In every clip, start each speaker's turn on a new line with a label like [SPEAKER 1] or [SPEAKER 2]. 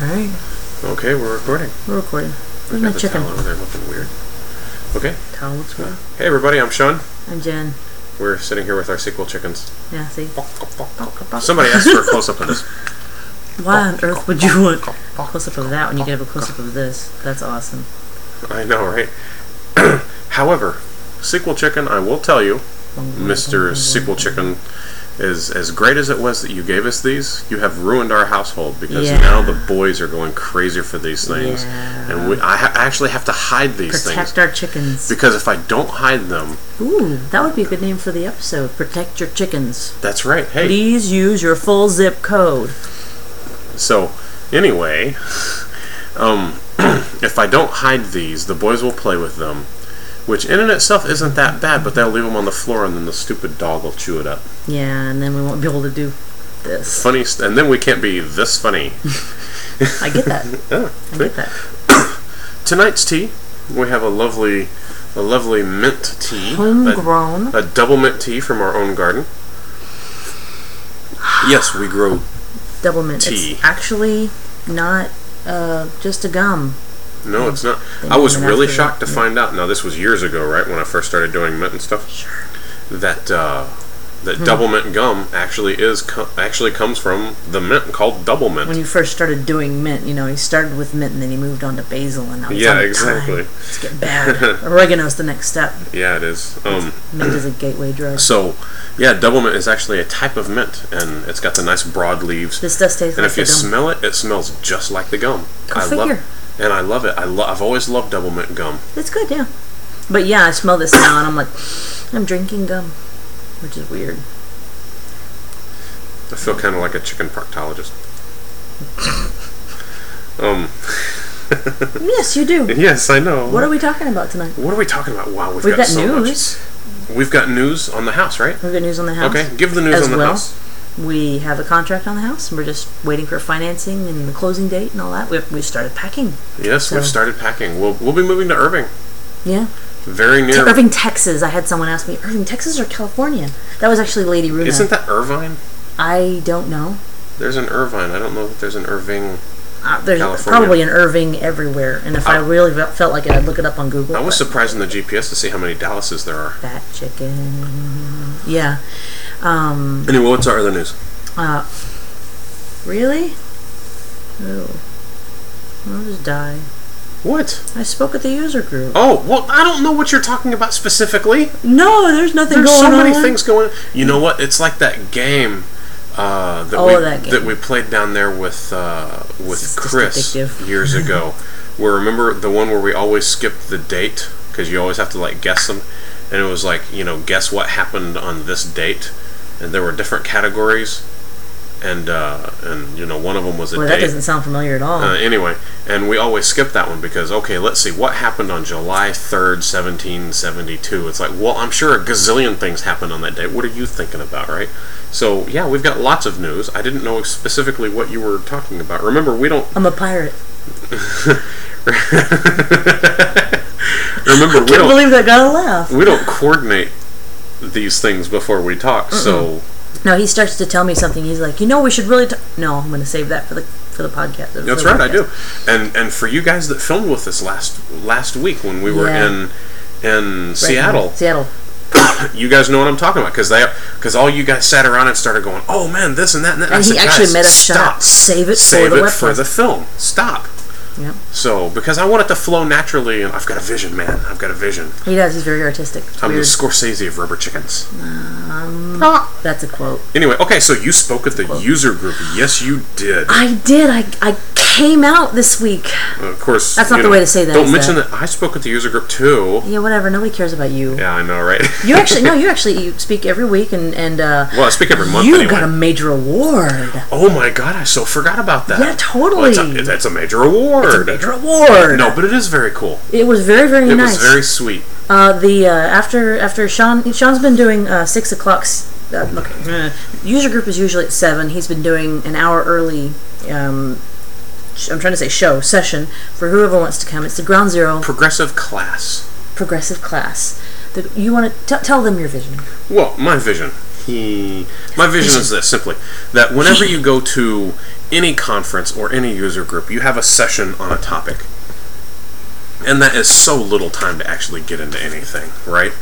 [SPEAKER 1] Alright,
[SPEAKER 2] Okay, we're recording.
[SPEAKER 1] we're recording.
[SPEAKER 2] I
[SPEAKER 1] Where's my
[SPEAKER 2] got the
[SPEAKER 1] chicken?
[SPEAKER 2] towel over there looking weird. Okay.
[SPEAKER 1] Towel looks weird.
[SPEAKER 2] Hey everybody, I'm Sean.
[SPEAKER 1] I'm Jen.
[SPEAKER 2] We're sitting here with our sequel chickens.
[SPEAKER 1] Yeah, see?
[SPEAKER 2] Somebody asked for a close up of this.
[SPEAKER 1] Why on earth would you want a close up of that when you can have a close up of this? That's awesome.
[SPEAKER 2] I know, right? However, sequel chicken, I will tell you, Mr. Sequel Chicken, is as great as it was that you gave us these, you have ruined our household because
[SPEAKER 1] Yeah.
[SPEAKER 2] now the boys are going crazy for these things. And we, I ha- I actually have to hide these
[SPEAKER 1] Protect
[SPEAKER 2] things
[SPEAKER 1] our chickens.
[SPEAKER 2] because if I don't hide them,
[SPEAKER 1] Ooh, that would be a good name for the episode. Protect your chickens.
[SPEAKER 2] that's right. Hey,
[SPEAKER 1] Please use your full zip code.
[SPEAKER 2] So, anyway, um, if I don't hide these, the boys will play with them, which in and itself isn't that bad, but they'll leave them on the floor and then the stupid dog will chew it up.
[SPEAKER 1] Yeah, and then we won't be able to do this.
[SPEAKER 2] Funny, st- and then we can't be this funny.
[SPEAKER 1] I get that. I
[SPEAKER 2] Yeah, see?
[SPEAKER 1] get that.
[SPEAKER 2] Tonight's tea, we have a lovely, a lovely mint tea, a,
[SPEAKER 1] Homegrown.
[SPEAKER 2] a double mint tea from our own garden. Yes, we grow.
[SPEAKER 1] double mint.
[SPEAKER 2] Tea.
[SPEAKER 1] It's actually not uh, just a gum.
[SPEAKER 2] No, it's not.
[SPEAKER 1] They
[SPEAKER 2] I was
[SPEAKER 1] named it
[SPEAKER 2] really
[SPEAKER 1] after
[SPEAKER 2] shocked to
[SPEAKER 1] the-
[SPEAKER 2] find out. Now, this was years ago, right, when I first started doing mint and stuff.
[SPEAKER 1] Sure. Hmm.
[SPEAKER 2] that uh, that double mint gum actually is co- actually comes from the mint called double mint.
[SPEAKER 1] When you first started doing mint, you know, he started with mint and then he moved on to basil and now he's
[SPEAKER 2] Yeah,
[SPEAKER 1] on thyme.
[SPEAKER 2] exactly.
[SPEAKER 1] It's getting bad. Oregano's the next step.
[SPEAKER 2] yeah, it is. Um,
[SPEAKER 1] Mint is a gateway drug.
[SPEAKER 2] so yeah, double mint is actually a type of mint, and it's got the nice broad leaves.
[SPEAKER 1] This does taste
[SPEAKER 2] and
[SPEAKER 1] like
[SPEAKER 2] if you
[SPEAKER 1] a Oh, gum.
[SPEAKER 2] smell it, it smells just like the gum.
[SPEAKER 1] Go
[SPEAKER 2] I love,
[SPEAKER 1] figure.
[SPEAKER 2] and I love it. I lo- I've always loved double mint gum.
[SPEAKER 1] It's good, yeah. But yeah, I smell this now and I'm like, I'm drinking gum, which is weird.
[SPEAKER 2] I feel
[SPEAKER 1] Hmm.
[SPEAKER 2] kind of like a chicken proctologist. um,
[SPEAKER 1] Yes, you do.
[SPEAKER 2] yes, I know.
[SPEAKER 1] What are we talking about tonight?
[SPEAKER 2] What are we talking about? Wow, we've,
[SPEAKER 1] We've got
[SPEAKER 2] so
[SPEAKER 1] news.
[SPEAKER 2] much. We've got news on the house, right?
[SPEAKER 1] We've got news on the house.
[SPEAKER 2] Okay, give the news
[SPEAKER 1] As
[SPEAKER 2] on the
[SPEAKER 1] well.
[SPEAKER 2] house.
[SPEAKER 1] We have a contract on the house and we're just waiting for financing and the closing date and all that. We've, we started packing.
[SPEAKER 2] Yes, we've
[SPEAKER 1] So-
[SPEAKER 2] started packing. We'll, we'll be moving to Irving
[SPEAKER 1] Yeah.
[SPEAKER 2] very
[SPEAKER 1] To
[SPEAKER 2] near.
[SPEAKER 1] Irving, Texas. I had someone ask me, Irving, Texas or California? That was actually Lady Runa.
[SPEAKER 2] Isn't that Irvine?
[SPEAKER 1] I don't know.
[SPEAKER 2] There's an Irvine. I don't know that there's an Irving.
[SPEAKER 1] Uh, there's
[SPEAKER 2] California.
[SPEAKER 1] probably an Irving everywhere, and if I,
[SPEAKER 2] I-
[SPEAKER 1] really fe- felt like it, I'd look it up on Google.
[SPEAKER 2] I was
[SPEAKER 1] but-
[SPEAKER 2] surprised in the GPS to see how many Dallases there are.
[SPEAKER 1] Fat chicken. Yeah. Um.
[SPEAKER 2] Anyway, what's our other news?
[SPEAKER 1] Uh. Really? No. I'll just die.
[SPEAKER 2] What?
[SPEAKER 1] I spoke at the user group.
[SPEAKER 2] Oh, well, I don't know what you're talking about specifically.
[SPEAKER 1] No, there's nothing
[SPEAKER 2] There's
[SPEAKER 1] going
[SPEAKER 2] so many
[SPEAKER 1] on.
[SPEAKER 2] things going. You know what? It's like that game. Uh, that,
[SPEAKER 1] Oh,
[SPEAKER 2] we,
[SPEAKER 1] that game.
[SPEAKER 2] we played down there with uh, with
[SPEAKER 1] It's just
[SPEAKER 2] Chris
[SPEAKER 1] addictive.
[SPEAKER 2] years ago. Where remember the one where we always skipped the date because you always have to like guess them, and it was like you know guess what happened on this date, and there were different categories, and uh, and you know one of them was a
[SPEAKER 1] Well, that
[SPEAKER 2] date.
[SPEAKER 1] doesn't sound familiar at all.
[SPEAKER 2] Uh, anyway, and we always skip that one because okay, let's see what happened on July third, seventeen seventy-two. It's like, well, I'm sure a gazillion things happened on that day. What are you thinking about, right? So yeah, we've got lots of news. I didn't know specifically what you were talking about. Remember, we don't
[SPEAKER 1] I'm a pirate.
[SPEAKER 2] remember we
[SPEAKER 1] Can't
[SPEAKER 2] don't
[SPEAKER 1] believe that got a laugh.
[SPEAKER 2] we don't coordinate these things before we talk. So
[SPEAKER 1] No, he starts to tell me something. He's like, you know, we should really. T-. No, I'm going to save that for the for the podcast. for
[SPEAKER 2] that's
[SPEAKER 1] the
[SPEAKER 2] right, I
[SPEAKER 1] podcast.
[SPEAKER 2] do. And and for you guys that filmed with us last last week when we were
[SPEAKER 1] Yeah.
[SPEAKER 2] in in
[SPEAKER 1] Right.
[SPEAKER 2] Seattle.
[SPEAKER 1] Seattle.
[SPEAKER 2] you guys know what I'm talking about because they because all you guys sat around and started going, oh man, this and that and that.
[SPEAKER 1] And
[SPEAKER 2] I
[SPEAKER 1] he
[SPEAKER 2] said,
[SPEAKER 1] actually
[SPEAKER 2] "Guys,
[SPEAKER 1] made us shut
[SPEAKER 2] stop.
[SPEAKER 1] up. Save it for
[SPEAKER 2] Save
[SPEAKER 1] the
[SPEAKER 2] it
[SPEAKER 1] web
[SPEAKER 2] for
[SPEAKER 1] front."
[SPEAKER 2] the film. Stop.
[SPEAKER 1] Yep.
[SPEAKER 2] So because I want it to flow naturally, and I've got a vision, man. I've got a vision.
[SPEAKER 1] He does. He's very artistic. It's
[SPEAKER 2] I'm
[SPEAKER 1] weird.
[SPEAKER 2] the Scorsese of rubber chickens. Ah!
[SPEAKER 1] That's a quote.
[SPEAKER 2] Anyway, okay, so you spoke at the user group. Yes, you did.
[SPEAKER 1] I did. I, I came out this week.
[SPEAKER 2] Of course,
[SPEAKER 1] That's not
[SPEAKER 2] you
[SPEAKER 1] the
[SPEAKER 2] know,
[SPEAKER 1] way to say that,
[SPEAKER 2] Don't
[SPEAKER 1] is
[SPEAKER 2] mention that? I spoke at the user group too.
[SPEAKER 1] Yeah, whatever. Nobody cares about you.
[SPEAKER 2] Yeah, I know, right?
[SPEAKER 1] You actually no. You actually you speak every week and and uh,
[SPEAKER 2] well, I speak every month
[SPEAKER 1] you
[SPEAKER 2] anyway.
[SPEAKER 1] got a major award.
[SPEAKER 2] oh my god, I so forgot about that.
[SPEAKER 1] Yeah,
[SPEAKER 2] Well, it's
[SPEAKER 1] totally.
[SPEAKER 2] a, that's a major award.
[SPEAKER 1] It's a major award.
[SPEAKER 2] No, but it is very cool.
[SPEAKER 1] It was very very
[SPEAKER 2] It
[SPEAKER 1] nice.
[SPEAKER 2] was very sweet.
[SPEAKER 1] Uh, the uh, after after Sean Sean's been doing uh, six o'clock. s- Uh, okay. User group is usually at seven. He's been doing an hour early. Um, sh- I'm trying to say show session for whoever wants to come. It's the Ground Zero
[SPEAKER 2] Progressive class.
[SPEAKER 1] Progressive Class. The, you want to t- tell them your vision.
[SPEAKER 2] Well, my vision My vision is this simply that whenever you go to any conference or any user group, you have a session on a topic. And that is so little time to actually get into anything, right?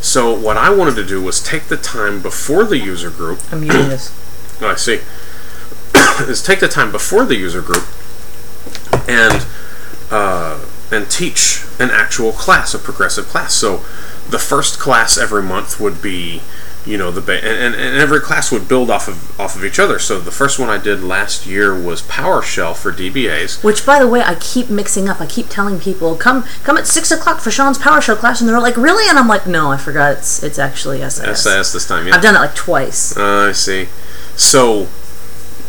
[SPEAKER 2] So, what I wanted to do was take the time before the user group
[SPEAKER 1] I'm using this.
[SPEAKER 2] Oh, I see. is take the time before the user group and uh, and teach an actual class, a progressive class. So the first class every month would be, you know, the ba- and, and, and every class would build off of off of each other. So the first one I did last year was PowerShell for DBAs.
[SPEAKER 1] Which, by the way, I keep mixing up. I keep telling people, "Come, come at six o'clock for Sean's PowerShell class," and they're like, "Really?" And I'm like, "No, I forgot. It's it's actually
[SPEAKER 2] Yes.
[SPEAKER 1] SAS."
[SPEAKER 2] SAS this time, yeah.
[SPEAKER 1] I've done it like twice.
[SPEAKER 2] Uh, I see. So,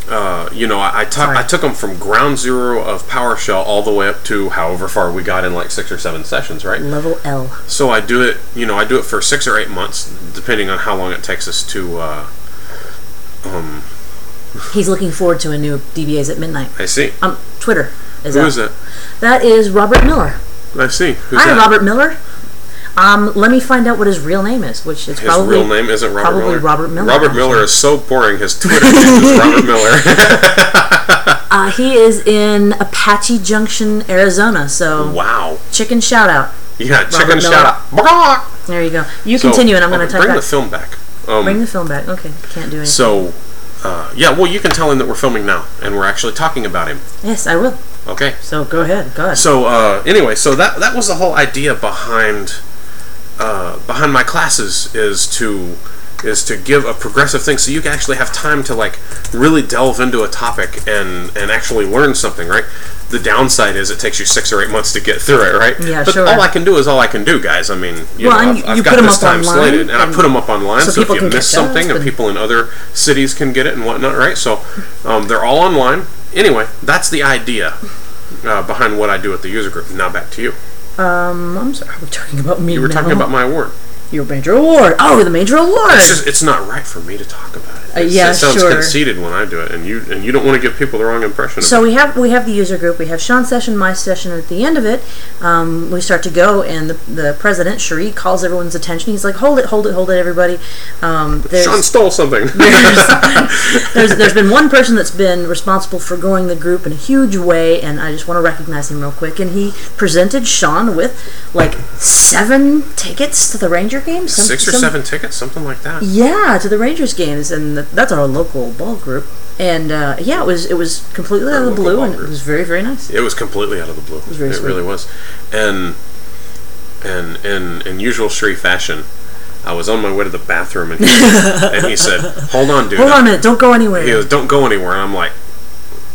[SPEAKER 2] uh, you know, I, I, took
[SPEAKER 1] Sorry.
[SPEAKER 2] I took them from ground zero of PowerShell all the way up to however far we got in like six or seven sessions, right?
[SPEAKER 1] Level L.
[SPEAKER 2] So I do it, you know, I do it for six or eight months, depending on how long it takes us to. Uh,
[SPEAKER 1] He's looking forward to a new DBA's at midnight.
[SPEAKER 2] I see.
[SPEAKER 1] Um, Twitter is
[SPEAKER 2] Who
[SPEAKER 1] up.
[SPEAKER 2] is it?
[SPEAKER 1] That is Robert Miller.
[SPEAKER 2] I see. Who's
[SPEAKER 1] Hi,
[SPEAKER 2] that?
[SPEAKER 1] Robert Miller. Um, let me find out what his real name is, which is
[SPEAKER 2] His
[SPEAKER 1] probably
[SPEAKER 2] real name isn't Robert
[SPEAKER 1] probably
[SPEAKER 2] Miller.
[SPEAKER 1] Robert Miller,
[SPEAKER 2] Robert Miller is so boring. His Twitter name is Robert Miller.
[SPEAKER 1] Uh, he is in Apache Junction, Arizona. So
[SPEAKER 2] wow.
[SPEAKER 1] chicken shout out.
[SPEAKER 2] Yeah, chicken
[SPEAKER 1] Miller.
[SPEAKER 2] shout out.
[SPEAKER 1] There you go. You
[SPEAKER 2] So,
[SPEAKER 1] continue, and I'm going
[SPEAKER 2] okay,
[SPEAKER 1] to type
[SPEAKER 2] Bring
[SPEAKER 1] back.
[SPEAKER 2] the film back. Um,
[SPEAKER 1] bring the film back. Okay, can't do anything.
[SPEAKER 2] So, uh, yeah, well, you can tell him that we're filming now and we're actually talking about him.
[SPEAKER 1] yes, I will.
[SPEAKER 2] Okay.
[SPEAKER 1] So go ahead. God.
[SPEAKER 2] So, uh, anyway, so that that was the whole idea behind uh, behind my classes is to is to give a progressive thing so you can actually have time to like really delve into a topic and and actually learn something, right? The downside is it takes you six or eight months to get through it, right?
[SPEAKER 1] Yeah,
[SPEAKER 2] but
[SPEAKER 1] sure.
[SPEAKER 2] all I can do is all I can do, guys. I mean, you
[SPEAKER 1] Well,
[SPEAKER 2] know,
[SPEAKER 1] and
[SPEAKER 2] I've, I've
[SPEAKER 1] you
[SPEAKER 2] got
[SPEAKER 1] put 'em
[SPEAKER 2] this
[SPEAKER 1] up
[SPEAKER 2] time
[SPEAKER 1] online,
[SPEAKER 2] slated, and I
[SPEAKER 1] and-
[SPEAKER 2] put them up online.
[SPEAKER 1] so
[SPEAKER 2] So,
[SPEAKER 1] people
[SPEAKER 2] if you
[SPEAKER 1] can
[SPEAKER 2] miss
[SPEAKER 1] catch up
[SPEAKER 2] something, and
[SPEAKER 1] and-
[SPEAKER 2] people in other cities can get it and whatnot, right? So um, they're all online. Anyway, that's the idea uh, behind what I do at the user group. Now back to you.
[SPEAKER 1] um, I'm sorry. We're talking about me.
[SPEAKER 2] You were talking about my award.
[SPEAKER 1] your major award. Oh, the major award.
[SPEAKER 2] It's just it's not right for me to talk about it.
[SPEAKER 1] Uh,
[SPEAKER 2] It's-
[SPEAKER 1] yeah,
[SPEAKER 2] it sounds
[SPEAKER 1] sure.
[SPEAKER 2] conceited when I do it, and you and you don't want to give people the wrong impression.
[SPEAKER 1] So
[SPEAKER 2] of
[SPEAKER 1] we have we have the user group. We have Sean's session, my session. At the end of it, um, we start to go, and the, the president Cherie calls everyone's attention. He's like, "Hold it, hold it, hold it, everybody." Um,
[SPEAKER 2] it.
[SPEAKER 1] there's,
[SPEAKER 2] Sean stole something.
[SPEAKER 1] there's there's been one person that's been responsible for growing the group in a huge way, and I just want to recognize him real quick. And he presented Sean with like seven tickets to the Ranger game. Some,
[SPEAKER 2] Six or
[SPEAKER 1] some-
[SPEAKER 2] seven tickets, something like that.
[SPEAKER 1] yeah, to the Rangers games, and th that's our local ball group. And uh, yeah, it was it was completely out of the
[SPEAKER 2] local
[SPEAKER 1] blue,
[SPEAKER 2] ball
[SPEAKER 1] and it
[SPEAKER 2] group.
[SPEAKER 1] was very very nice.
[SPEAKER 2] It was completely out of the blue. It,
[SPEAKER 1] was very sweet.
[SPEAKER 2] really was, and and in in usual Shree fashion, I was on my way to the bathroom, and he, and he said, "Hold on, dude.
[SPEAKER 1] Hold on a minute, don't go anywhere.
[SPEAKER 2] He goes, "Don't go anywhere." And I'm like,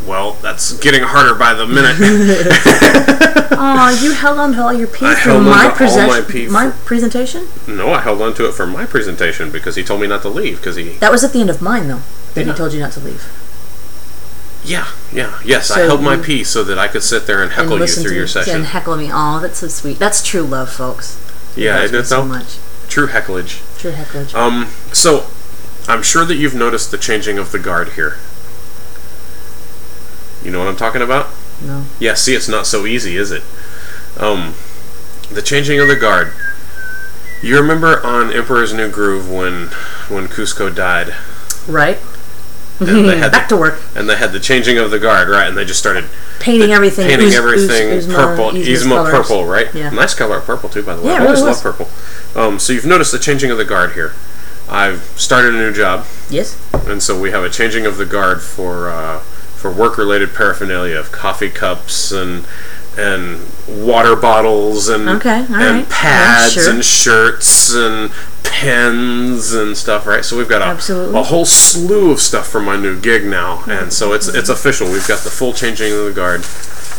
[SPEAKER 2] "Well, that's getting harder by the minute."
[SPEAKER 1] Aw, you held on to all your pee
[SPEAKER 2] I
[SPEAKER 1] through
[SPEAKER 2] held
[SPEAKER 1] my,
[SPEAKER 2] on to all my pee
[SPEAKER 1] presen- my presentation?
[SPEAKER 2] no, I held on to it for my presentation because he told me not to leave because he
[SPEAKER 1] That was at the end of mine, though, that
[SPEAKER 2] Yeah.
[SPEAKER 1] he told you not to leave.
[SPEAKER 2] Yeah, yeah, yes. I
[SPEAKER 1] So
[SPEAKER 2] held my
[SPEAKER 1] you-
[SPEAKER 2] peace so that I could sit there and
[SPEAKER 1] And
[SPEAKER 2] heckle you
[SPEAKER 1] listen
[SPEAKER 2] through
[SPEAKER 1] to
[SPEAKER 2] your
[SPEAKER 1] me
[SPEAKER 2] session.
[SPEAKER 1] And heckle me. Aw, that's so sweet. That's true love, folks.
[SPEAKER 2] yeah,
[SPEAKER 1] Loves
[SPEAKER 2] isn't
[SPEAKER 1] me
[SPEAKER 2] it
[SPEAKER 1] so
[SPEAKER 2] though?
[SPEAKER 1] much.
[SPEAKER 2] True hecklage.
[SPEAKER 1] True hecklage.
[SPEAKER 2] Um, so I'm sure that you've noticed the changing of the guard here. You know what I'm talking about?
[SPEAKER 1] no.
[SPEAKER 2] Yeah. See, it's not so easy, is it? Um, the changing of the guard. You remember on Emperor's New Groove when when Cusco died,
[SPEAKER 1] Right?
[SPEAKER 2] and they had
[SPEAKER 1] Back
[SPEAKER 2] the,
[SPEAKER 1] to work.
[SPEAKER 2] and they had the changing of the guard, right? And they just started
[SPEAKER 1] Painting everything.
[SPEAKER 2] painting
[SPEAKER 1] ooze- ooze-
[SPEAKER 2] everything
[SPEAKER 1] oozma-
[SPEAKER 2] purple,
[SPEAKER 1] oozma's
[SPEAKER 2] Yzma
[SPEAKER 1] colours.
[SPEAKER 2] purple, right?
[SPEAKER 1] Yeah.
[SPEAKER 2] Nice color of purple too, by the way.
[SPEAKER 1] Yeah,
[SPEAKER 2] I
[SPEAKER 1] it
[SPEAKER 2] always
[SPEAKER 1] really
[SPEAKER 2] love purple. Um, so you've noticed the changing of the guard here. I've started a new job,
[SPEAKER 1] Yes?
[SPEAKER 2] and so we have a changing of the guard for uh, for work-related paraphernalia of coffee cups and and water bottles and
[SPEAKER 1] Okay, all
[SPEAKER 2] Mm. and
[SPEAKER 1] right.
[SPEAKER 2] pads
[SPEAKER 1] Yeah, sure.
[SPEAKER 2] and shirts and pens and stuff, right? So we've got a,
[SPEAKER 1] Absolutely. Mm-hmm.
[SPEAKER 2] a whole slew of stuff for my new gig now, and so it's it's official. We've got the full changing of the guard.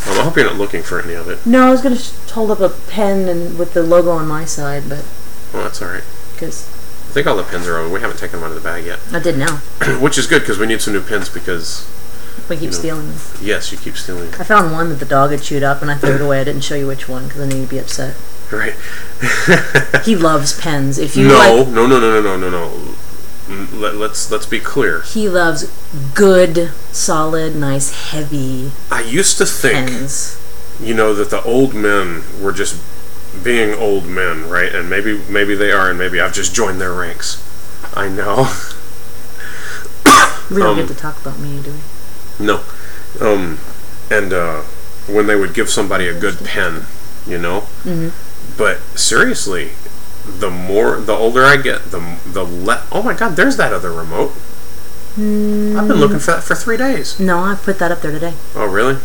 [SPEAKER 2] Um, I hope you're not looking for any of it.
[SPEAKER 1] No, I was going to hold up a pen and with the logo on my side, but
[SPEAKER 2] Well, that's all right.
[SPEAKER 1] because
[SPEAKER 2] I think all the pins are over. We haven't taken them out of the bag yet,
[SPEAKER 1] I did now.
[SPEAKER 2] which is good because we need some new pins. Because
[SPEAKER 1] We keep
[SPEAKER 2] know.
[SPEAKER 1] stealing them.
[SPEAKER 2] yes, you keep stealing.
[SPEAKER 1] I found one that the dog had chewed up, and I threw it away. I didn't show you which one because I knew you'd be upset.
[SPEAKER 2] Right?
[SPEAKER 1] He loves pens. If you
[SPEAKER 2] No,
[SPEAKER 1] like,
[SPEAKER 2] no, no, no, no, no, no, no. Mm, Let, let's let's be clear.
[SPEAKER 1] he loves good, solid, nice, heavy
[SPEAKER 2] I used to think,
[SPEAKER 1] pens.
[SPEAKER 2] you know, that the old men were just being old men, right? And maybe maybe they are, and maybe I've just joined their ranks. I know.
[SPEAKER 1] We don't
[SPEAKER 2] Um,
[SPEAKER 1] get to talk about me, do we?
[SPEAKER 2] No. Um, and uh, when they would give somebody a good pen, you know. But seriously, the more the older I get, the the le- oh my god, there's that other remote. I've been looking for that for three days.
[SPEAKER 1] No, I put that up there today.
[SPEAKER 2] Oh really?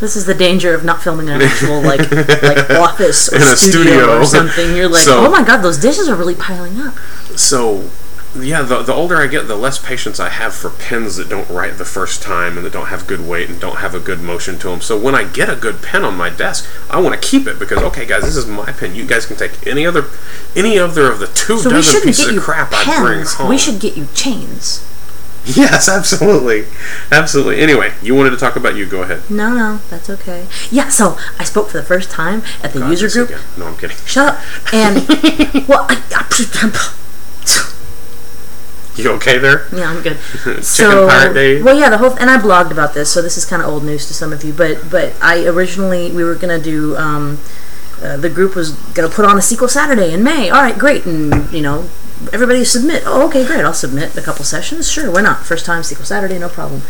[SPEAKER 1] This is the danger of not filming in an actual like like office or
[SPEAKER 2] In a studio.
[SPEAKER 1] or something. You're like,
[SPEAKER 2] So-
[SPEAKER 1] oh my god, those dishes are really piling up.
[SPEAKER 2] So, yeah, the, the older I get, the less patience I have for pens that don't write the first time and that don't have good weight and don't have a good motion to them. So when I get a good pen on my desk, I want to keep it because okay, guys, this is my pen. You guys can take any other, any other of the two
[SPEAKER 1] So we
[SPEAKER 2] dozen
[SPEAKER 1] shouldn't
[SPEAKER 2] pieces
[SPEAKER 1] get
[SPEAKER 2] of
[SPEAKER 1] you
[SPEAKER 2] crap I bring
[SPEAKER 1] pens.
[SPEAKER 2] home.
[SPEAKER 1] We should get you chains.
[SPEAKER 2] Yes, absolutely, absolutely. Anyway, you wanted to talk about you. Go ahead.
[SPEAKER 1] No, no, that's okay. Yeah, so I spoke for the first time at the user
[SPEAKER 2] This
[SPEAKER 1] group.
[SPEAKER 2] again. No, I'm kidding.
[SPEAKER 1] Shut up. And well, I, I,
[SPEAKER 2] You okay there?
[SPEAKER 1] yeah, I'm good.
[SPEAKER 2] Chicken
[SPEAKER 1] so
[SPEAKER 2] pirate day.
[SPEAKER 1] well, yeah, the whole and I blogged about this, so this is kind of old news to some of you. But but I originally we were gonna do. Um, uh, the group was gonna put on a sequel Saturday in May. All right, great, and you know everybody submit. Oh, okay, great. I'll submit a couple sessions. Sure, why not? First time sequel Saturday, no problem.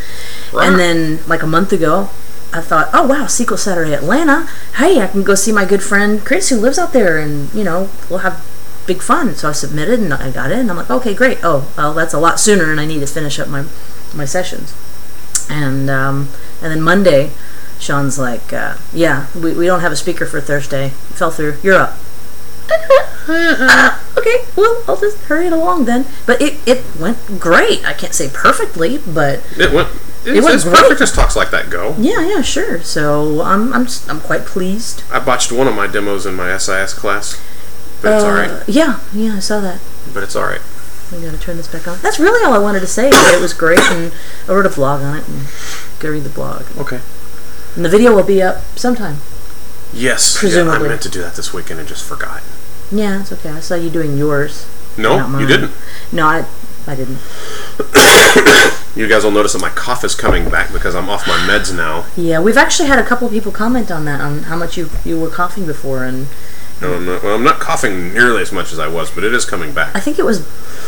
[SPEAKER 1] And then, like a month ago, I thought, oh wow, Sequel Saturday Atlanta. Hey, I can go see my good friend Chris who lives out there, and you know we'll have big fun. So I submitted and I got in. I'm like, okay, great. Oh, well, that's a lot sooner, and I need to finish up my my sessions. And um, and then Monday, Sean's like, uh, yeah, we, we don't have a speaker for Thursday. It fell through. You're up. okay, well, I'll just hurry it along then. But it, it went great. I can't say perfectly, but
[SPEAKER 2] It went. It's,
[SPEAKER 1] went
[SPEAKER 2] it's
[SPEAKER 1] great.
[SPEAKER 2] perfect as talks like that go.
[SPEAKER 1] yeah, yeah, sure. So I'm I'm s- I'm quite pleased.
[SPEAKER 2] I botched one of my demos in my SIS class, but it's
[SPEAKER 1] Uh,
[SPEAKER 2] all right.
[SPEAKER 1] Yeah, yeah, I saw that.
[SPEAKER 2] But it's all right.
[SPEAKER 1] We gotta turn this back on. That's really all I wanted to say. It was great, and I wrote a vlog on it. And go read the blog,
[SPEAKER 2] Okay.
[SPEAKER 1] and the video will be up sometime.
[SPEAKER 2] Yes. yeah,
[SPEAKER 1] Presumably.
[SPEAKER 2] I meant to do that this weekend and just forgot.
[SPEAKER 1] Yeah, it's okay. I saw you doing yours. Not
[SPEAKER 2] No,
[SPEAKER 1] mine.
[SPEAKER 2] you didn't.
[SPEAKER 1] No, I I didn't.
[SPEAKER 2] You guys will notice that my cough is coming back because I'm off my meds now.
[SPEAKER 1] Yeah, we've actually had a couple people comment on that on how much you you were coughing before, and
[SPEAKER 2] No, I'm not, well, I'm not coughing nearly as much as I was, but it is coming back.
[SPEAKER 1] I think it was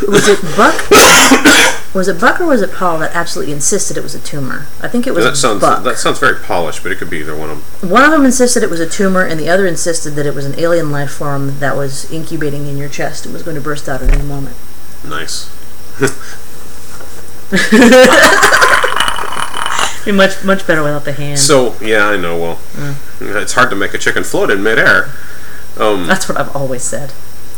[SPEAKER 1] was it Buck. Was it Buck or was it Paul that absolutely insisted it was a tumor? I think it was
[SPEAKER 2] That sounds
[SPEAKER 1] Buck.
[SPEAKER 2] that sounds very polished, but it could be either one of them.
[SPEAKER 1] One of them insisted it was a tumor, and the other insisted that it was an alien life form that was incubating in your chest and was going to burst out at any moment.
[SPEAKER 2] Nice.
[SPEAKER 1] Be much much better without the hand.
[SPEAKER 2] So yeah, I know. Well,
[SPEAKER 1] Mm.
[SPEAKER 2] it's hard to make a chicken float in midair.
[SPEAKER 1] That's what I've always said.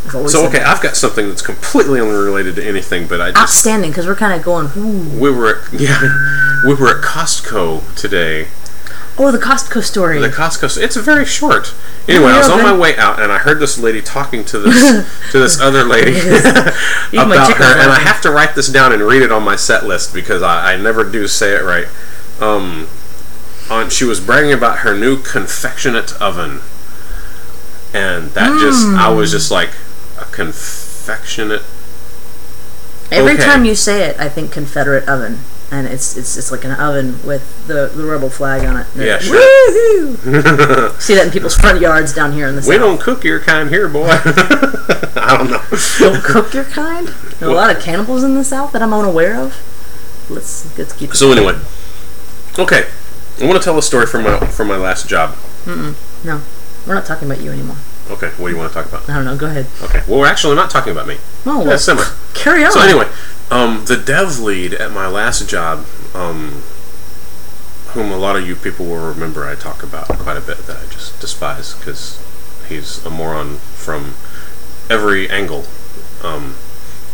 [SPEAKER 1] I've always
[SPEAKER 2] So
[SPEAKER 1] said
[SPEAKER 2] okay,
[SPEAKER 1] that. Ah.
[SPEAKER 2] I've got something that's completely unrelated to anything, but I just
[SPEAKER 1] outstanding because we're kind of going. Ooh.
[SPEAKER 2] we were at, yeah we were at Costco today.
[SPEAKER 1] Oh, the Costco story.
[SPEAKER 2] The Costco. It's very short. Anyway, I was on my way out and I heard this lady talking to this to this other lady
[SPEAKER 1] Eat my
[SPEAKER 2] about
[SPEAKER 1] chicken
[SPEAKER 2] her, and I
[SPEAKER 1] wrong.
[SPEAKER 2] have to write this down and read it on my set list because I, I never do say it right. Um, on she was bragging about her new confectionate oven, and that just I
[SPEAKER 1] Hmm.
[SPEAKER 2] was just like a confectionate.
[SPEAKER 1] Every
[SPEAKER 2] okay.
[SPEAKER 1] time you say it, I think Confederate oven, and it's it's it's like an oven with the the rebel flag on it. And
[SPEAKER 2] Yeah,
[SPEAKER 1] it's,
[SPEAKER 2] sure.
[SPEAKER 1] Woohoo! See that in people's front yards down here in the
[SPEAKER 2] We
[SPEAKER 1] south.
[SPEAKER 2] don't cook your kind here, boy. I don't know.
[SPEAKER 1] Don't cook your kind. There are a lot of cannibals in the south that I'm unaware of. Let's let's keep.
[SPEAKER 2] So anyway, okay, I want to tell a story from my from my last job.
[SPEAKER 1] No, we're not talking about you anymore.
[SPEAKER 2] Okay, what do you want to talk about?
[SPEAKER 1] I don't know. Go ahead.
[SPEAKER 2] Okay, well, we're actually not talking about me.
[SPEAKER 1] No,
[SPEAKER 2] Yeah,
[SPEAKER 1] let's
[SPEAKER 2] similar.
[SPEAKER 1] carry on.
[SPEAKER 2] So anyway, um, the dev lead at my last job, um, whom a lot of you people will remember, I talk about quite a bit that I just despise because he's a moron from every angle. Um,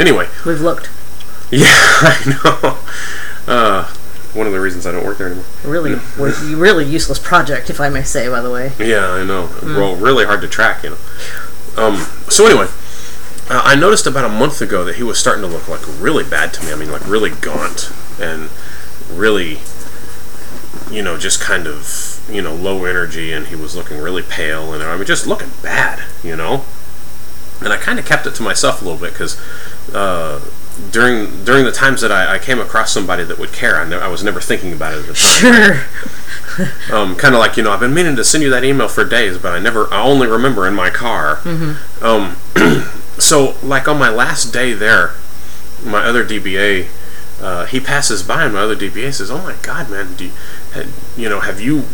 [SPEAKER 2] anyway,
[SPEAKER 1] we've looked.
[SPEAKER 2] yeah, I know. Uh, one of the reasons I don't work there anymore.
[SPEAKER 1] Really, we're, really useless project, if I may say. By the way,
[SPEAKER 2] Yeah, I know. Well, really hard to track, you know. Um, so anyway, uh, I noticed about a month ago that he was starting to look like really bad to me. I mean, like really gaunt and really, you know, just kind of you know low energy, and he was looking really pale, and I mean, just looking bad, you know. And I kind of kept it to myself a little bit because. Uh, during during the times that I, I came across somebody that would care, I, ne- I was never thinking about it at the time.
[SPEAKER 1] sure.
[SPEAKER 2] Um, kind of like you know, I've been meaning to send you that email for days, but I never, I only remember in my car. Um, so like on my last day there, my other DBA, uh, he passes by, and my other DBA says, "Oh my God, man, do you, had- you know, have you